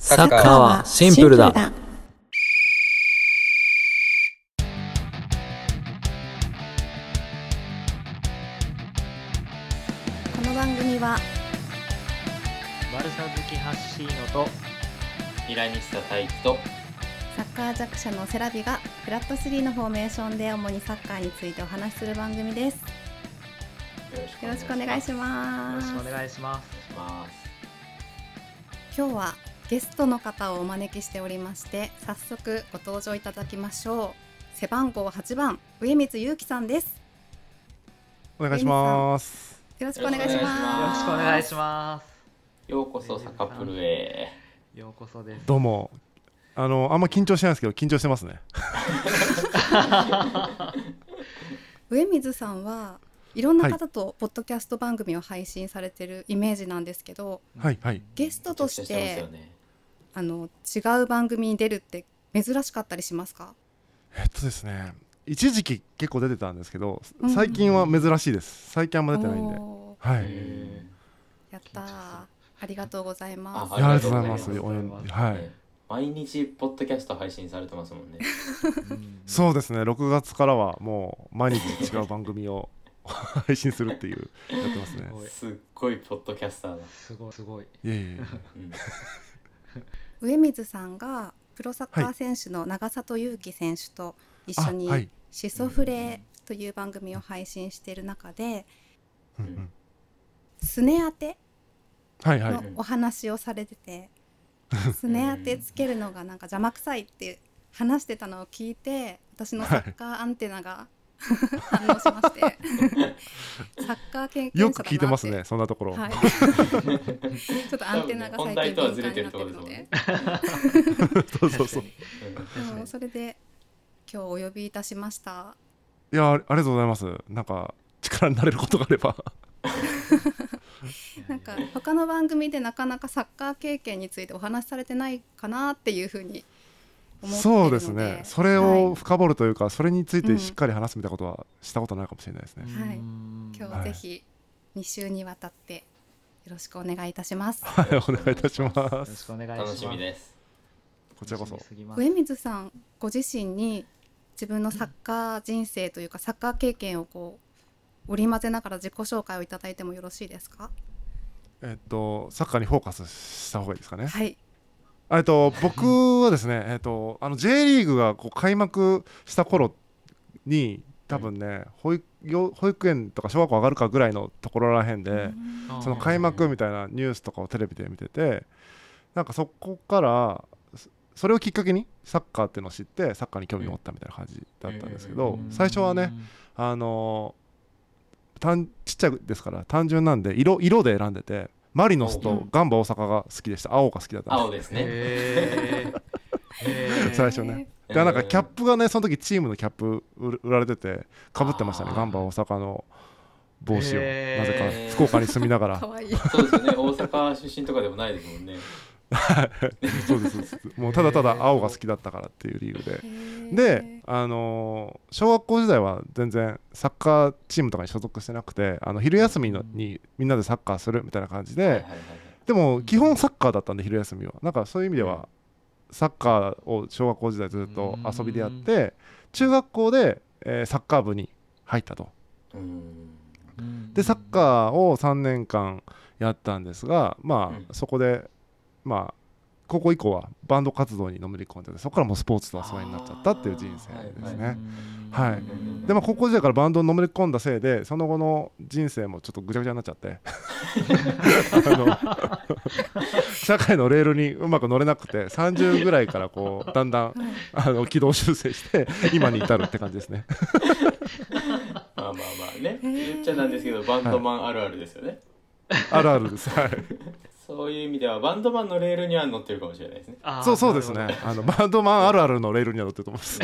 サッカーはシンプルだ。この番組は悪さ好きハッシーノとミラニスタ大輝とサッカー弱者のセラビがフラット3のフォーメーションで主にサッカーについてお話しする番組です。よろしくお願いしよまろすし。くお願いしますします。今日はゲストの方をお招きしておりまして、早速ご登場いただきましょう。背番号8番上水祐樹さんです。お願いします。よろしくお願いしよろしくおよろましす。くお願いしますようこそサカプルへ。ようこそですどうも。あの、あんま緊張してないですけど、緊張してますね。上水さんはいろんな方とポッドキャスト番組を配信されてるイメージなんですけど、はい、はい。ゲストとして緊張ますよねあの違う番組に出るって珍しかったりしますかえっとですね。一時期結構出てたんですけどうん、最近は珍しいです。最近あんま出てないんで。おーはい。いへやったーありがとうございますあやありがとうございます。ありがとうございますお呼んでーはい。毎日ポッドキャスト配信されてますもんね。うんそうですね。6月からはもう毎日違う番組を 配信するっていうやってますねす。ごいすっごいポッドキャスターだ。すごいすごいいえいえいえ。うん上水さんがプロサッカはー選手の長里祐希選手と一緒あはにい「シソフレ」という番組を配信している中でうんうんすね当てはいはのい。お話をされててすね当てつけるのがなんか邪魔くさいって話してたのを聞いて私のサッカーアンテナが反応しましてサッカー研究者だなってよく聞いてますね。そんなところ。はい。ちょっとアンテナが多最分ね本題近とは敏ず感れにてなっるとてこるろでのすもんでね。そうそうそう。確かうんにそれで今日お呼びいたしました。いや、ありがとうございます。なんか力になれることがあれば。なんか他の番組でなかなかサッカー経験についてお話しされてないかなっていうふうに思っているのそで。うですねそれはいを深掘るというか、それについうんてしっかり話すみたいなことはしたことないかもしれないですね、はいうん今日はぜひ2週にわたってよろしくお願いいたします。はいお願いいたしまよろすしくお願いしま楽すしみです。こちらこそ楽しみすぎます上水さんご自身に自分のサッカー人生というかサッカー経験をこう織り交ぜながら自己紹介をいただいてもよろしいですか。えっとサッカーにフォーカスした方がいいですかねはい。あえっと僕はですねえっとあの J リーグがこう開幕した頃に多分ね保育よ保育園とか小学校上がるかぐらいのところらへんで、うんあーその開幕みたいなニュースとかをテレビで見ててなんかそこからそそれをきっかけにサッカーっていうのを知ってサッカーに興味を持ったみたいな感じだったんですけうどうん最初はねあのー単ちっちゃいですから単純なんで色色で選んでてマリノスとガンバ大阪が好きでした青が好きだったん青でですね。へす最初ねえーでなんかキャップがねその時チームのキャップ売る売られててかぶってましたねあーガンバ大阪の帽子をへーなぜか福岡に住みな がら可愛いい。そうですよね。大阪出身とかでもないですもんね。そうですそうですもうただただ青が好きだったからっていう理由でで、あのー小学校時代は全然サッカーチームとかに所属してなくてあの昼休みのにみんなでサッカーするみたいな感じで、はいはいはいはい。でも基本サッカーだったんで昼休みはなんかそういう意味ではサッカーを小学校時代ずっと遊びでやって中学校で、えーサッカー部に入ったとうん。ーでサッカーを3年間やったんですがまうんあそこでまあ高校以降はバンド活動にのめり込んでてそこからもうスポーツと遊びになっちゃったっていう人生ですね。はいでまあ、高校時代からバンドにのめり込んだせいでその後の人生もちょっとぐちゃぐちゃになっちゃってあの社会のレールにうまく乗れなくて30ぐらいからこうだんだんはいあの軌道修正して今に至るって感じですねまあまあまあね。言っちゃなんですけど、バンドマンあるあるですよね。あるあるです、はい、そういう意味ではバンドマンのレールには乗ってるかもしれないですね。あーそうそうですねあのバンドマンあるあるのレールには乗ってると思います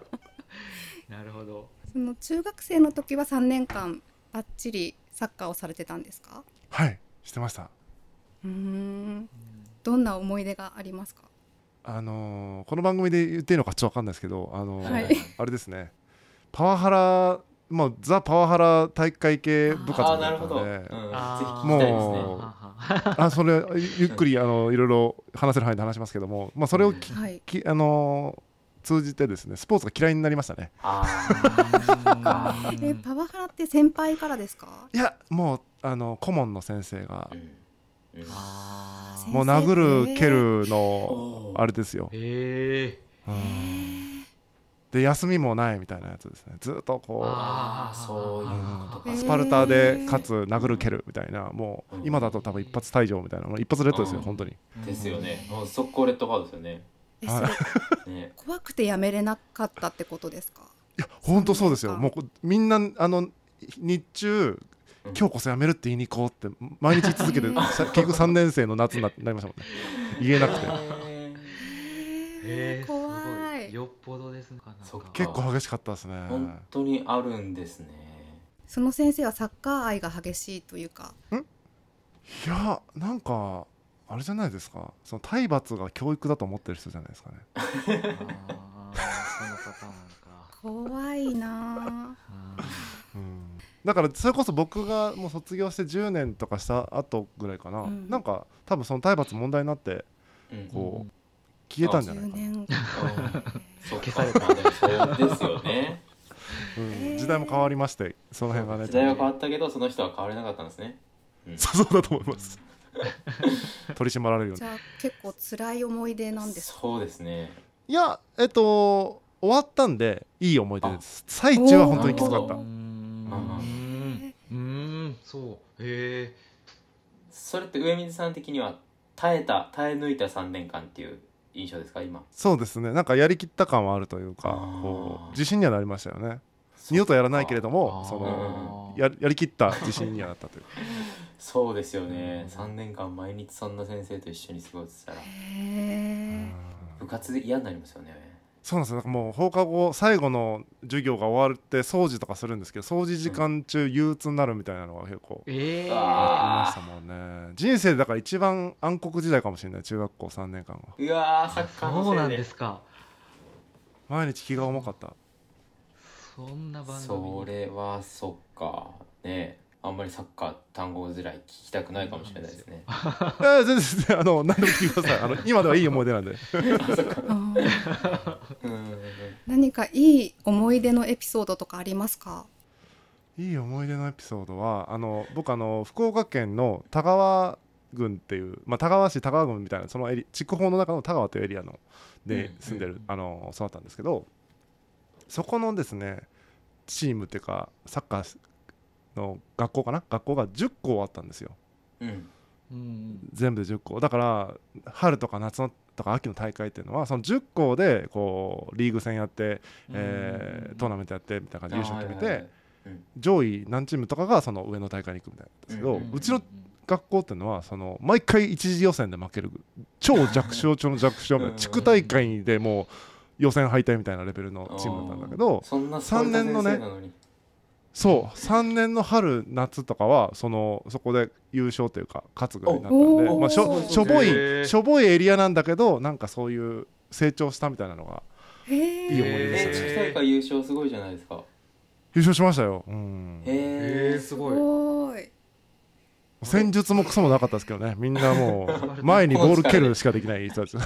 なるほどその中学生の時は3年間バッチリサッカーをされてたんですか。はいしてましたうーん。どんな思い出がありますか。あのーこの番組で言っていいのかちょっと分かんないですけど、あのーはいあれですねパワハラ、まあ、ザ・パワハラ体育会系部活みああーたないるなほど。うのん、ぜひ聞もきたいですね。はうはあそれゆっくりあのいろいろ話せる範囲で話しますけども、まあ、それをきはい。きあの通じてですねスポーツが嫌いになりましたねああ。え、パワハラって先輩からですか？いやもうあの顧問の先生がうんうんあ先ー生もう殴る蹴。るおのーあれですよ、えうんで休みもないみたいなやつですねずっとこうああ、そういうことうかんえスパルタでかつ殴る蹴るみたいなもう今だと多分一発退場みたいなもう一発レッドですようん本当にですよね。もう速攻レッドカードですよね。えはいそれね。 怖くてやめれなかったってことですか？本当そうですよそうもでうこみんなあの日中うん今日こそやめるって言いに行こうって毎日言い続けてさ結局3年生の夏にななりましたもんね言えなくてへえー怖すごい。よっぽどですかなんかそっか結構激しかったですねー 本当にあるんですね。その先生はサッカー愛が激しいというか。いやなんかあれじゃないですかその体罰が教育だと思ってる人じゃないですかねあーそのパターンか怖いなあ。あだからそれこそ僕がもう卒業して10年とかした後ぐらいかな、うんなんか多分その体罰問題になってうんこうんう消え たんじゃない10かな、年。そっか消されたまあでもそうですよね。うんえー時代も変わりましてその辺がね時代は変わったけど、その人は変われなかったんですね。そうそうだと思 います取り締まられるようじにゃあ結構辛い思い出なんですか。そうですね。いやえっと終わったんでいい思い出です最中は本当にきつかっなたるーうーほんうーんそうへそれって上水さん的には耐えた耐え抜いた3年間っていう印象ですか今そうですねなんかやりきった感はあるというあかーこう自信にはなりましたよね二度とやらないけれどえもそのややりきった自信にはなったというかそうですよね3年間毎日そんな先生と一緒に過ごしてたらうへえ。ん部活で嫌になりますよねそうなんですよなんかもう放課後最後の授業が終わって掃除とかするんですけど掃除時間中憂鬱になるみたいなのが結構ええあありましたもんね人生でだから一番暗黒時代かもしれない中学校3年間がうわーサッカーのそうせないんでですか毎日気が重かったそんな番組それはそっかねあんまりサッカー単語づらい聞きたくないかもしれないですねえー、全然全然あの何でも聞いてくださいあの今ではいい思い出なんであーうんうんうん何かいい思い出のエピソードとかありますか。いい思い出のエピソードはあの僕あの福岡県の田川郡っていう、まあ、田川市田川郡みたいなそのエリ筑豊の中の田川というエリアのでうん住んでる、うんあの育ったんですけどそこのですねチームっていうかサッカーの学校かな学校が10校あったんですようんうん全部で10校だから春とか夏のとか秋の大会っていうのはその10校でこうリーグ戦やって、えートーナメントやってみたいな感じで優勝決めて、あーはいはいはい上位何チームとかがその上の大会に行くみたいなんですけど、ううんうんうんちの学校っていうのはその毎回一次予選で負ける超弱小中の弱小みたいな地区大会でもう予選敗退みたいなレベルのチームだったんだけどそんな三年のそんな先生ねなのにそう3年の春夏とかはそのそこで優勝というか勝つぐらいになったんで、おまあ、しおょーしょぼへいーしょぼいエリアなんだけどなんかそういう成長したみたいなのがへえ。いい思い出でえすーよ地ね区大会優勝すごいじゃないですか優勝しましたよ、うんへええーーすごいごい。戦術もクソもなかったですけどねみんなもう前にボール蹴るしかできない人たちね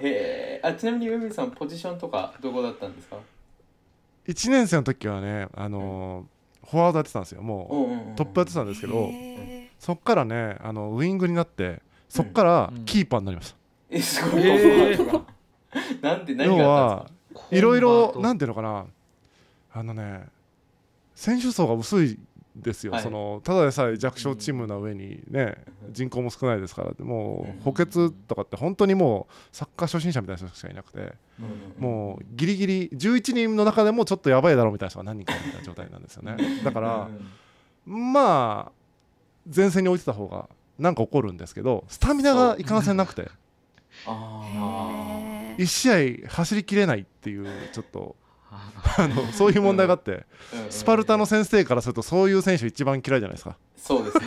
えーあちなみに上水さんポジションとかどこだったんですか1年生の時はね、あのーフォワードやってたんですよもうトップやってたんですけどへそっからねあのウイングになってそっからうんキーパーになりました、えすごい、えなんで何要があったんはですかいろいろなんでていうのかなあのね選手層が薄いですよ、はいそのただでさえ弱小チームな上にね、うん人口も少ないですからもうう補欠とかって本当にもうサッカー初心者みたいな人しかいなくてもうギリギリ11人の中でもちょっとやばいだろうみたいな人が何人かみたいな状態なんですよねだから、まあ前線に置いてた方がなんか起こるんですけどスタミナがいかんせんなくてあえ。 1試合走りきれないっていうちょっと あのそういう問題があってスパルタの先生からするとそういう選手一番嫌いじゃないですかそうです ね。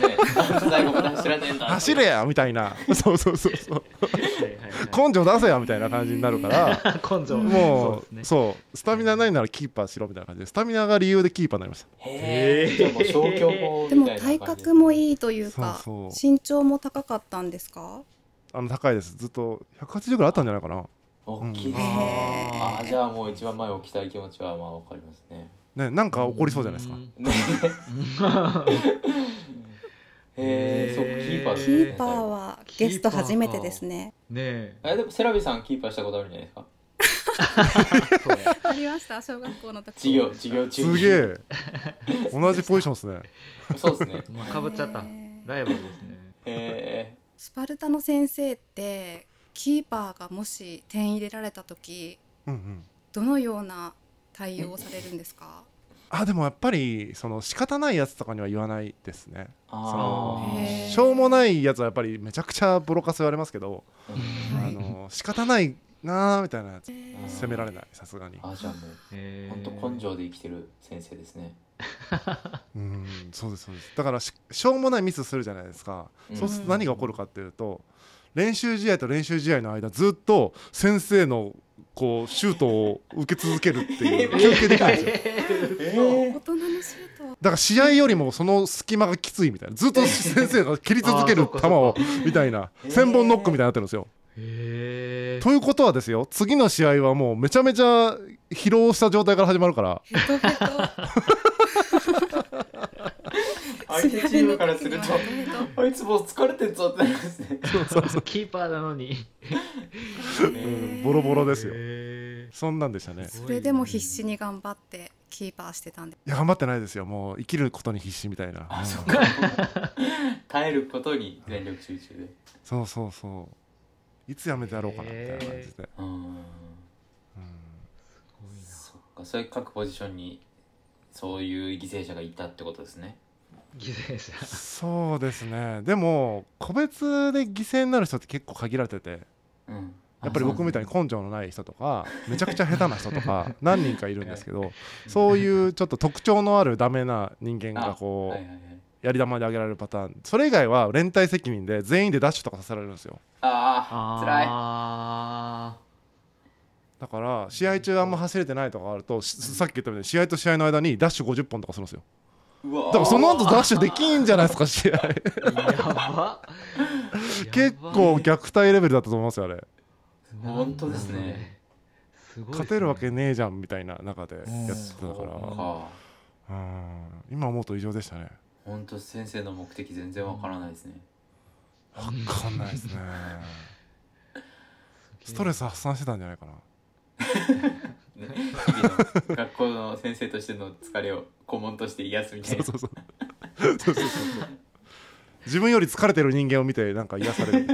最後まで走らねえんだ。走れやみたいな そうそうそうそうはいはいはい根性出せやみたいな感じになる から根性もそうそうう,、ですねスタミナないならキーパーしろみたいな感じでスタミナが理由でキーパーになりましたへえ。じゃあもう消去法でみもたいな感じ体格もいいというかそう身長も高かったんですかあの高いですずっと180ぐらいあったんじゃないかな、大きいな。うんあーじゃあもう一番前を置きたい気持ちはまあわかりますね。ね、なんか起こりそうじゃないですかね へえ、そっかキーパーでキすね。ーパーはゲスト初めてですねねえでもセラビさんキーパーしたことあるんじゃないですかえ そうありました小学校の時授業授業中すにげえ同じポジションですねそうですねまあかぶっちゃったへーライバルですねへスパルタの先生ってキーパーがもし点入れられた時うんうんどのような対応をされるんですかあでもやっぱりその仕方ないやつとかには言わないですねそあのへーしょうもないやつはやっぱりめちゃくちゃボロカス言われますけど、ーうんはいあの仕方ないなーみたいなやつー責められないさすがにあじゃあもうへー本当 根性で生きてる先生ですねうんそうですそうですだからししょうもないミスするじゃないですか、うんそうすると何が起こるかっていうと練習試合と練習試合の間ずっと先生のこうシュートを受け続けるっていう休憩できないんですよ大人のシュートはだから試合よりもその隙間がきついみたいなずっと先生が蹴り続けあるーそっか球をみた いな千本ノックみたいになってるんですよ。へえということはですよ次の試合はもうめちゃめちゃ疲労した状態から始まるからヘトヘト相手チームからするとヘトヘトあいつもう疲れてんぞってなりますねキーパーなのにへーボロボロですよ。へーそんなんでしたね。それでも必死に頑張ってキーパーしてたんでいや頑張ってないですよもう生きることに必死みたいな。あうんそうか耐えることに全力集中でそうそうそういつやめてやろうかなみたいな感じで。うんうんそっかそれ各ポジションにそういう犠牲者がいたってことですね犠牲者そうですねでも個別で犠牲になる人って結構限られててうんやっぱり僕みたいに根性のない人とかめちゃくちゃ下手な人 とか何人かいるんですけどそういうちょっと特徴のあるダメな人間があこはいはいうはいやり玉で上げられるパターンそれ以外は連帯責任で全員でダッシュとかさせられるんですよあー辛いあだから試合中あんま走れてないとかあるとしさっき言ったみたいに試合と試合の間にダッシュ50本とかするんですようわだからその後ダッシュできんじゃないですか 試合ーやば結構虐待レベルだったと思いますよあれ本当ですねすごいですね勝てるわけねえじゃんみたいな中でやってたそうかからうん今思うと異常でしたね本当先生の目的全然わからないですね、分かんないですねストレス発散してたんじゃないかなね日々の学校の先生としての疲れを顧問として癒すみたいそうなそうそうそうそうそうそう自分より疲れてる人間を見てなんか癒される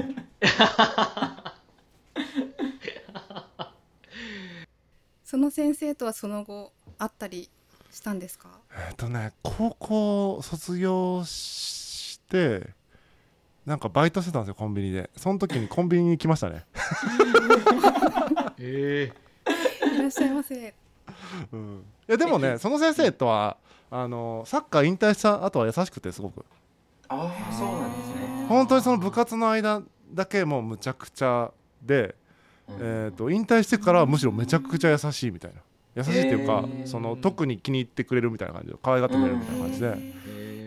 その先生とはその後会ったりしたんですか えっとね高校卒業してなんかバイトしてたんですよコンビニでその時にコンビニに来ましたね、えいらっしゃいませ うん、いやでもねその先生とはあのサッカー引退した後は優しくてすごくああそうなんですね本当にその部活の間だけもうむちゃくちゃで、えっと引退してからはむしろめちゃくちゃ優しいみたいな優しいっていうか、へーその特に気に入ってくれるみたいな感じで可愛がってくれるみたいな感じで、うなんんー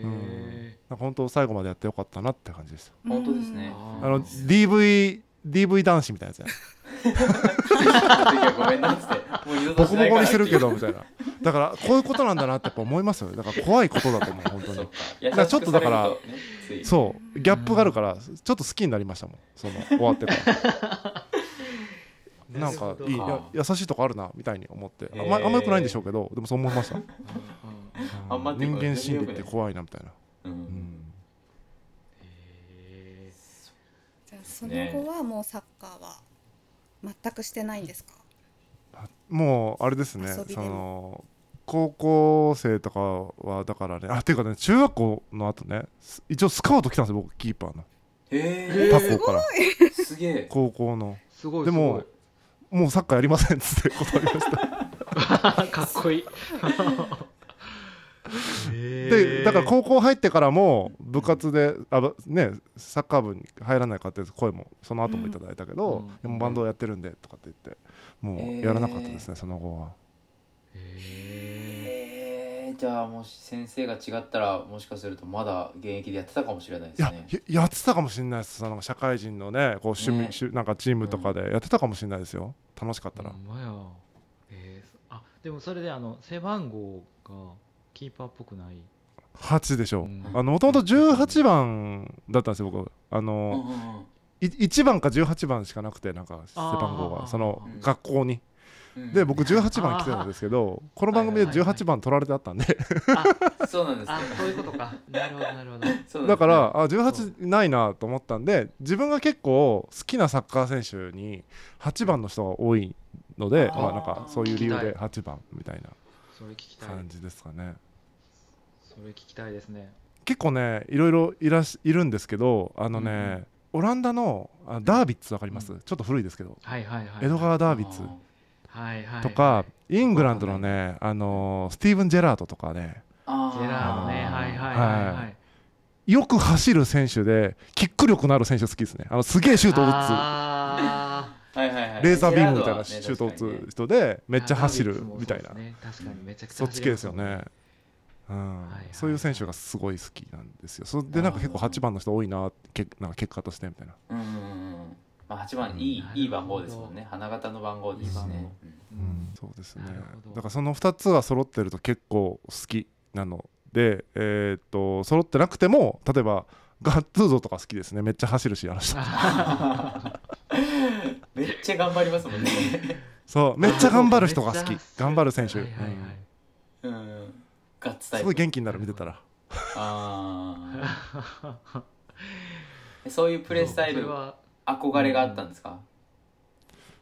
うんなんか本当最後までやってよかったなって感じです本当ですねあうのん DV DV 男子みたいなやつやその時はごめんなっつってもう二度ボとコしボないかコらっにしててるいけうどみたいなだからこういうことなんだなってやっぱ思いますよだから怖いことだと思う本当そうにか優しくからちょっとだからされるとねついそうギャップがあるからちょっと好きになりましたもんその終わってからなんかいいや優しいとこあるなみたいに思ってあんまへーあんまよくないんでしょうけどでもそう思いましたあんまって人こと間心理って怖いなみたいなうんうんへじゃあその後はもうサッカーは全くしてないんですか、もうあれですね遊びでそもの高校生とかはだからねあっていうかね中学校の後ねす一応スカウト来たんですよ僕キーパーのへ他校からえすげえ高校のすごい でももうサッカーやりませんっつって断りまし たかっこいい。でだから高校入ってからも部活であ、ぶね、サッカー部に入らないかって声もその後もいただいたけうどん、でもバンドをやってるんでとかって言ってもうやらなかったですね、その後は。えーじゃあもし先生が違ったらもしかするとまだ現役でやってたかもしれないでいすやね。ややってたかもしれないですその社会人のねこう趣味、ね趣なんかチームとかでやってたかもしれないですよ楽しかったら、ほんまやえーそあでもそれであの背番号がキーパーっぽくない、 8でしょう、うんあのもともと18番だったんですよ僕あうんの、うんうんい1番か18番しかなくてなんか背あ番号ーがそのうん学校にうんで僕18番来てたんですけどこの番組ではいはいはい18番取られてあったんでそうなんですねあ。そういうことか なるほどなるほどそうなんですねだからあ18ないなと思ったんで自分が結構好きなサッカー選手に8番の人が多いのであーまあなんかそういう理由聞でき8番みたいなそれ聞きたい感じですかね。それ聞きたいですね結構ねいろいろいらしいるんですけどあのね、オランダのあダービッツわかります、うんちょっと古いですけど、はいはいはいエドガー・ダービッツはいはいとか、イングランドのね、あのースティーブン・ジェラートとかねあジェラードねあーはいはいはいはいよく走る選手でキック力のある選手好きですねあのすげえシュートを打あはいはいはいつレーザービームみたいなジシェラュートをドはね打つ人でーめっちゃ走ダーるビッツもみたいなそそうですね確かにめちゃくちゃっち系ですよね、うんはいはいそういう選手がすごい好きなんですよそれでなんか結構8番の人多いなけなんか結果としてみたいなうんうんうんうん。まあ8番いいなるほどいい番号ですもんね。花形の番号ですしね。うんうんそうですねなるほどだからその2つが揃ってると結構好きなのでえーっと揃ってなくても例えばガッツーゾとか好きですねめっちゃ走るしあの人 めっちゃ頑張りますも んね。そうめっちゃ頑張る人が好 めっきちゃ頑張る選手、はいはいはいうんうん。ガッツタイすプ。ごい元気になる見てたらあ あ。そういうプレースタイそルれは憧れがあったんですか。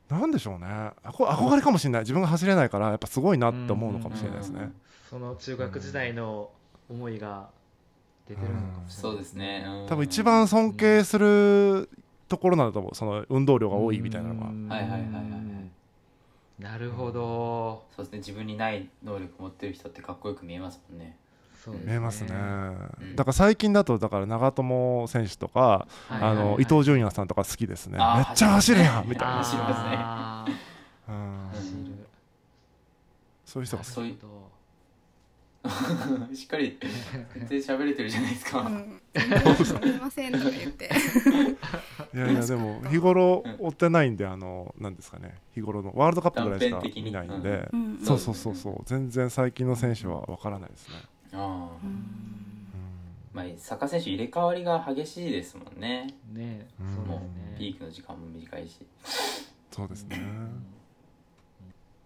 なんでしょうねあこ憧れかもしれない自分が走れないからやっぱすごいなって思うのかもしれないですうんうんうねんその中学時代の思いが出てるのかもしれない、そうですね。うん多分一番尊敬するところなんだと思うその運動量が多いみたいなのがうんはいはいはいはいはなるほど、そうですね。自分にない能力持ってる人ってかっこよく見えますもんね。 そうです見えますねはうんだから最近だとだから長友選手とかいはいはいあの伊藤純也さんとか好きですね。あーめっちゃ走るやんみたいあな。走りますねあーうん走走るそういう人が好そういうなるほしっかり全然喋れてるじゃないですうか。ん、すみませんとか言って。き。いやいやでも日頃追ってないんであのなんですかね。日頃のワールドカップぐらいしか断片的に見ないんでう。んそうそうそうそう。全然最近の選手はわからないですね。ああう。んうんまあサッカー選手入れ替わりが激しいですもんね。どねうんそうですもねうピークの時間も短いし。そうですね。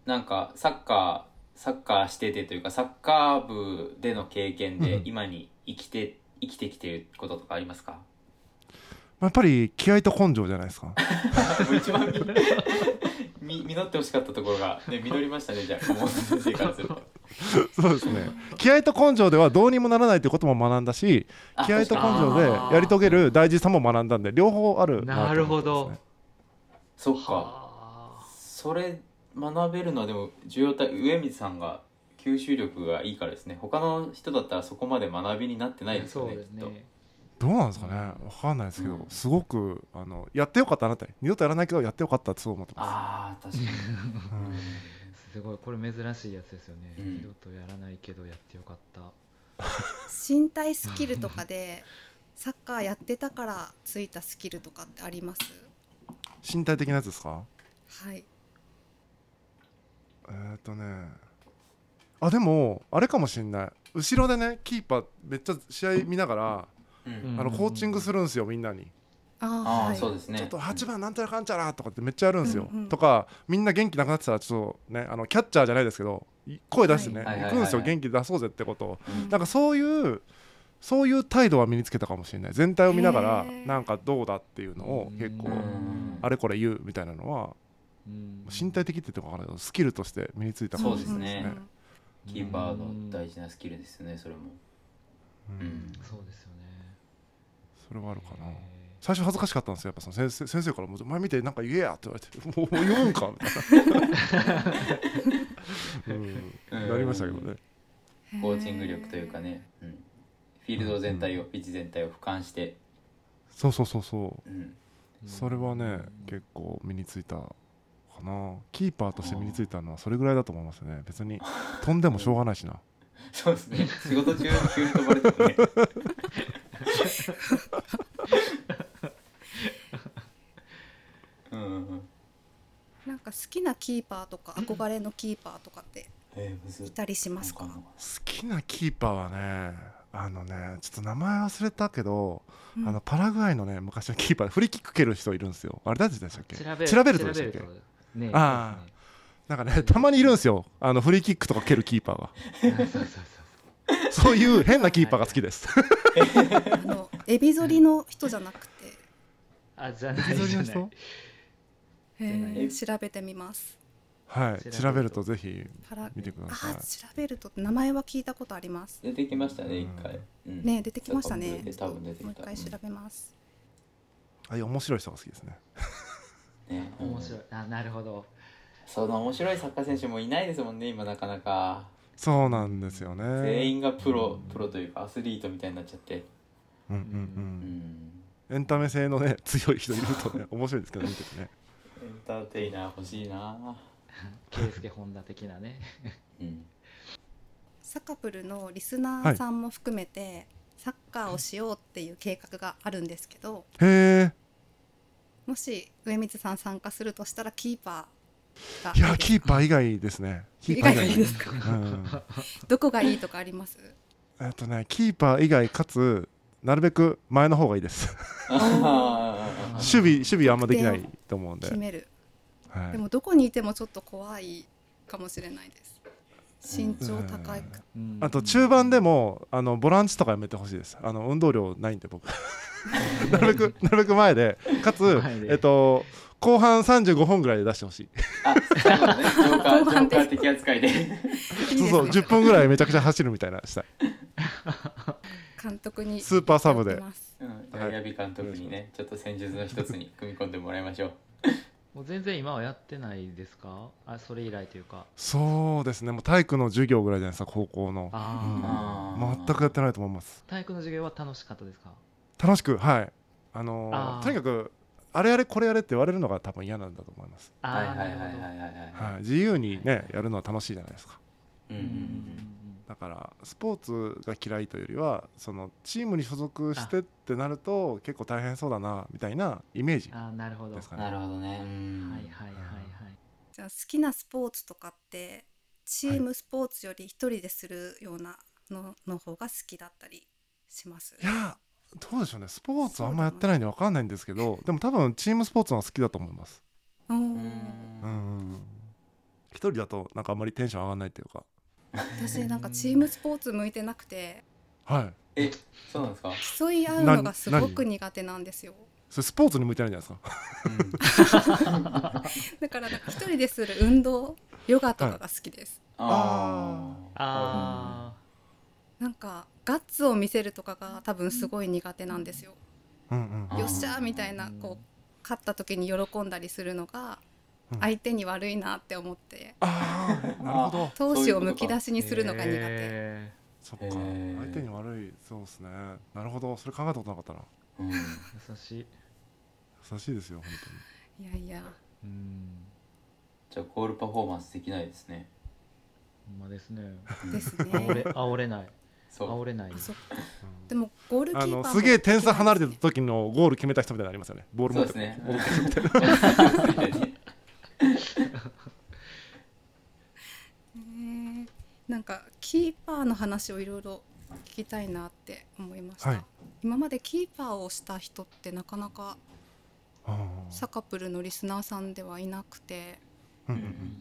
なんかサッカーサッカーしててというかサッカー部での経験うでん今に生きて生きてきてることとかありますかまあやっぱり気合と根性じゃないですか。もう一番みみ実ってほしかったところが、ね、実りましたねじゃあ顧問先生からするとそうですね。気合と根性ではどうにもならないということも学んだし、あ気合と根確かに性でやり遂げる大事さも学んだんで両方あると思ってますねなるほどそっかはあそれ学べるのはでも重要だ上水さんが吸収力がいいからですね他の人だったらそこまで学びになってないですよそうねですねどうなんですかねわかんないですけど、うんすごくあのやってよかったなって二度とやらないけどやってよかったってすごい思ってまああ確かにす、うんすごいこれ珍しいやつですよね、うん二度とやらないけどやってよかった身体スキルとかでサッカーやってたからついたスキルとかってあります身体的なやつですかはいえーっとねあでもあれかもしんない後ろでねキーパーめっちゃ試合見ながら、うんあのコーチングするんですよみんなに、ああーあはいそうですねちょっと8番なんちゃらかんちゃらとかってめっちゃやるんですよ、うんうんとかみんな元気なくなってたらちょっとねあのキャッチャーじゃないですけどい声出してね、はい行くんですはいはいよ、はいはい元気出そうぜってことをうんなんかそういうそういう態度は身につけたかもしれない全体を見ながらへーなんかどうだっていうのを結構うんあれこれ言うみたいなのはうん身体的って言っても分からないけどスキルとして身についたかそもうしでれすないねうんキーパーの大事なスキルですよねそれもううんんそうですよねそれはあるかなへ最初恥ずかしかったんですよやっぱその先生先生からもう「前見てなんか言えや」って言われて「もう言うんか」みた いな、うん、なりましたけどねコーチング力というかね、うん、フィールド全体を、ピッチ全体を俯瞰して、そうそうそうそううん、それはね結構身についたかなキーパーとして身についたのはそれぐらいだと思いますね別 に飛んでもしょうがないしなそうですね仕事中に急に飛ばれてもねうんうんうんなんか好きなキーパーとか憧れのキーパーとかってえーむずいたりしますかわんない好きなキーパーはねあのねちょっと名前忘れたけど、あのパラグアイのね昔のキーパーフリーキック蹴る人いるんですよあれ誰でしたっけチラベルトでしたっけチラベルトねあああなんかねたまにいるんですよあのフリーキックとか蹴るキーパー がそうそうそうそういう変なキーパーが好きです あのエビ反りの人じゃなくて、 あじゃないじゃないへー調べてみますはい調べるとぜひパラ見てくださあい調べると名前は聞いたことあります出てきましたね一回、うんね出てきましたね多分出てもうき一た回調べます、ああいう面白い人が好きですねうんねうん面白いあなるほどその面白いサッカー選手もいないですもんね今なかなかそうなんですよね全員がプロプロというかアスリートみたいになっちゃってうんうんううんんエンタメ性のね 強い人いるとね面白いですけど見ててねエンターテイナー欲しいな圭介本田的なねうんサカプルのリスナーさんも含めて、サッカーをしようっていう計画があるんですけどへもし上水さん参加するとしたらキーパーがえいやですキーパー以外ですねキーパー以外がいいですかうんどこがいいとかありますえっとねキーパー以外かつなるべく前の方がいいですあ守備守備あんまできないと思うんで決、めるはいでもどこにいてもちょっと怖いかもしれないです身長高いくうんあと中盤でもあのボランチとかやめてほしいですあの運動量ないんで僕なるべくなるべく前でかつ前でえっと後半35本ぐらいで出してほしい あそうだねジョーカ ー後ジョ半ーでカー的扱いでいいそうですそうね10分ぐらいめちゃくちゃ走るみたいなしたい監督にスーパーサブ言でってますうんじゃあヤビ監督にねちょっと戦術の一つに組み込んでもらいましょうもう全然今はやってないですかあそれ以来というかそうですねもう体育の授業ぐらいじゃないですか高校のああー全くやってないと思いますあ体育の授業は楽しかったですか楽しくはいあのーあーとにかくあれやれこれやれって言われるのが多分嫌なんだと思います、あはいあはいなはいるはいほどはいはいはい、自由にねやるのは楽しいじゃないですかうんううんうんんだからスポーツが嫌いというよりはそのチームに所属してってなると結構大変そうだなみたいなイメージうんああなるほどですかうんねなるほどねうんはいはいはいはいじゃあ好きなスポーツとかってチームスポーツより一人でするようなのの方が好きだったりしますいやどうでしょうねスポーツあんまやってないんで分かんないんですけどでも多分チームスポーツの方が好きだと思いますおーううんん一人だとなんかあんまりテンション上がらないっていうか私なんかチームスポーツ向いてなくてはいえそうなんですか競い合うのがすごく苦手なんですよそれスポーツに向いてないんじゃないですかうんだからなんか一人でする運動ヨガとかが好きです、あーああなんかガッツを見せるとかが多分すごい苦手なんですよ、うんうんあーよっしゃーみたいなこう勝った時に喜んだりするのがうん相手に悪いなって思ってああなるほど闘志をむき出しににするのが苦手そっかへー相手に悪いそうですねなるほどそれ考えたことなかったなうん優しい優しいですよ本いやいやうんじゃあゴールパフォーマンスできないですねほんまですねです 煽れね煽れないそう煽れないあそっか当に、うんでもゴールキーパあーのもすげえ点差離れてた時のゴール決めた人みたいなのありますよね。ボールそ持うっでてすね。 へーなんかキーパーの話をいろいろ聞きたいなって思いました、はい今までキーパーをした人ってなかなかあーサカプルのリスナーさんではいなくてうん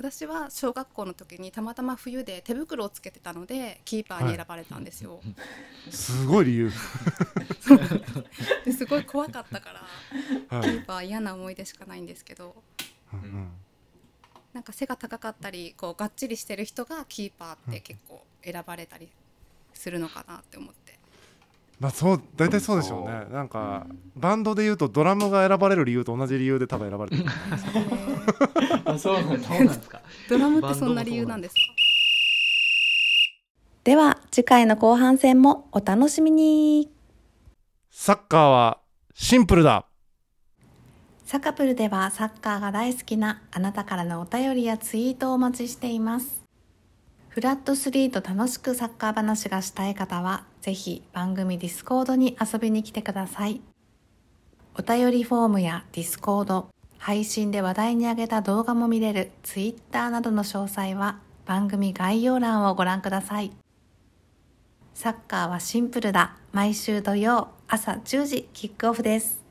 私は小学校の時にたまたま冬で手袋をつけてたのでキーパーに選ばれたんですよ、すごい理由。ですごい怖かったからはキいーパー嫌な思い出しかないんですけどうんうんなんか背が高かったりこうがっちりしてる人がキーパーって結構選ばれたりするのかなって思ってまあそう大体そうでしょうねなんか、バンドで言うとドラムが選ばれる理由と同じ理由で多分選ばれてるあ そうなんだそうなんですか。ドラムってそんな理由なんですかでは次回の後半戦もお楽しみにサッカーはシンプルだサカプルではサッカーが大好きなあなたからのお便りやツイートをお待ちしていますフラット3と楽しくサッカー話がしたい方はぜひ番組ディスコードに遊びに来てくださいお便りフォームやディスコード配信で話題に上げた動画も見れるツイッターなどの詳細は番組概要欄をご覧くださいサッカーはシンプルだ毎週土曜朝10時キックオフです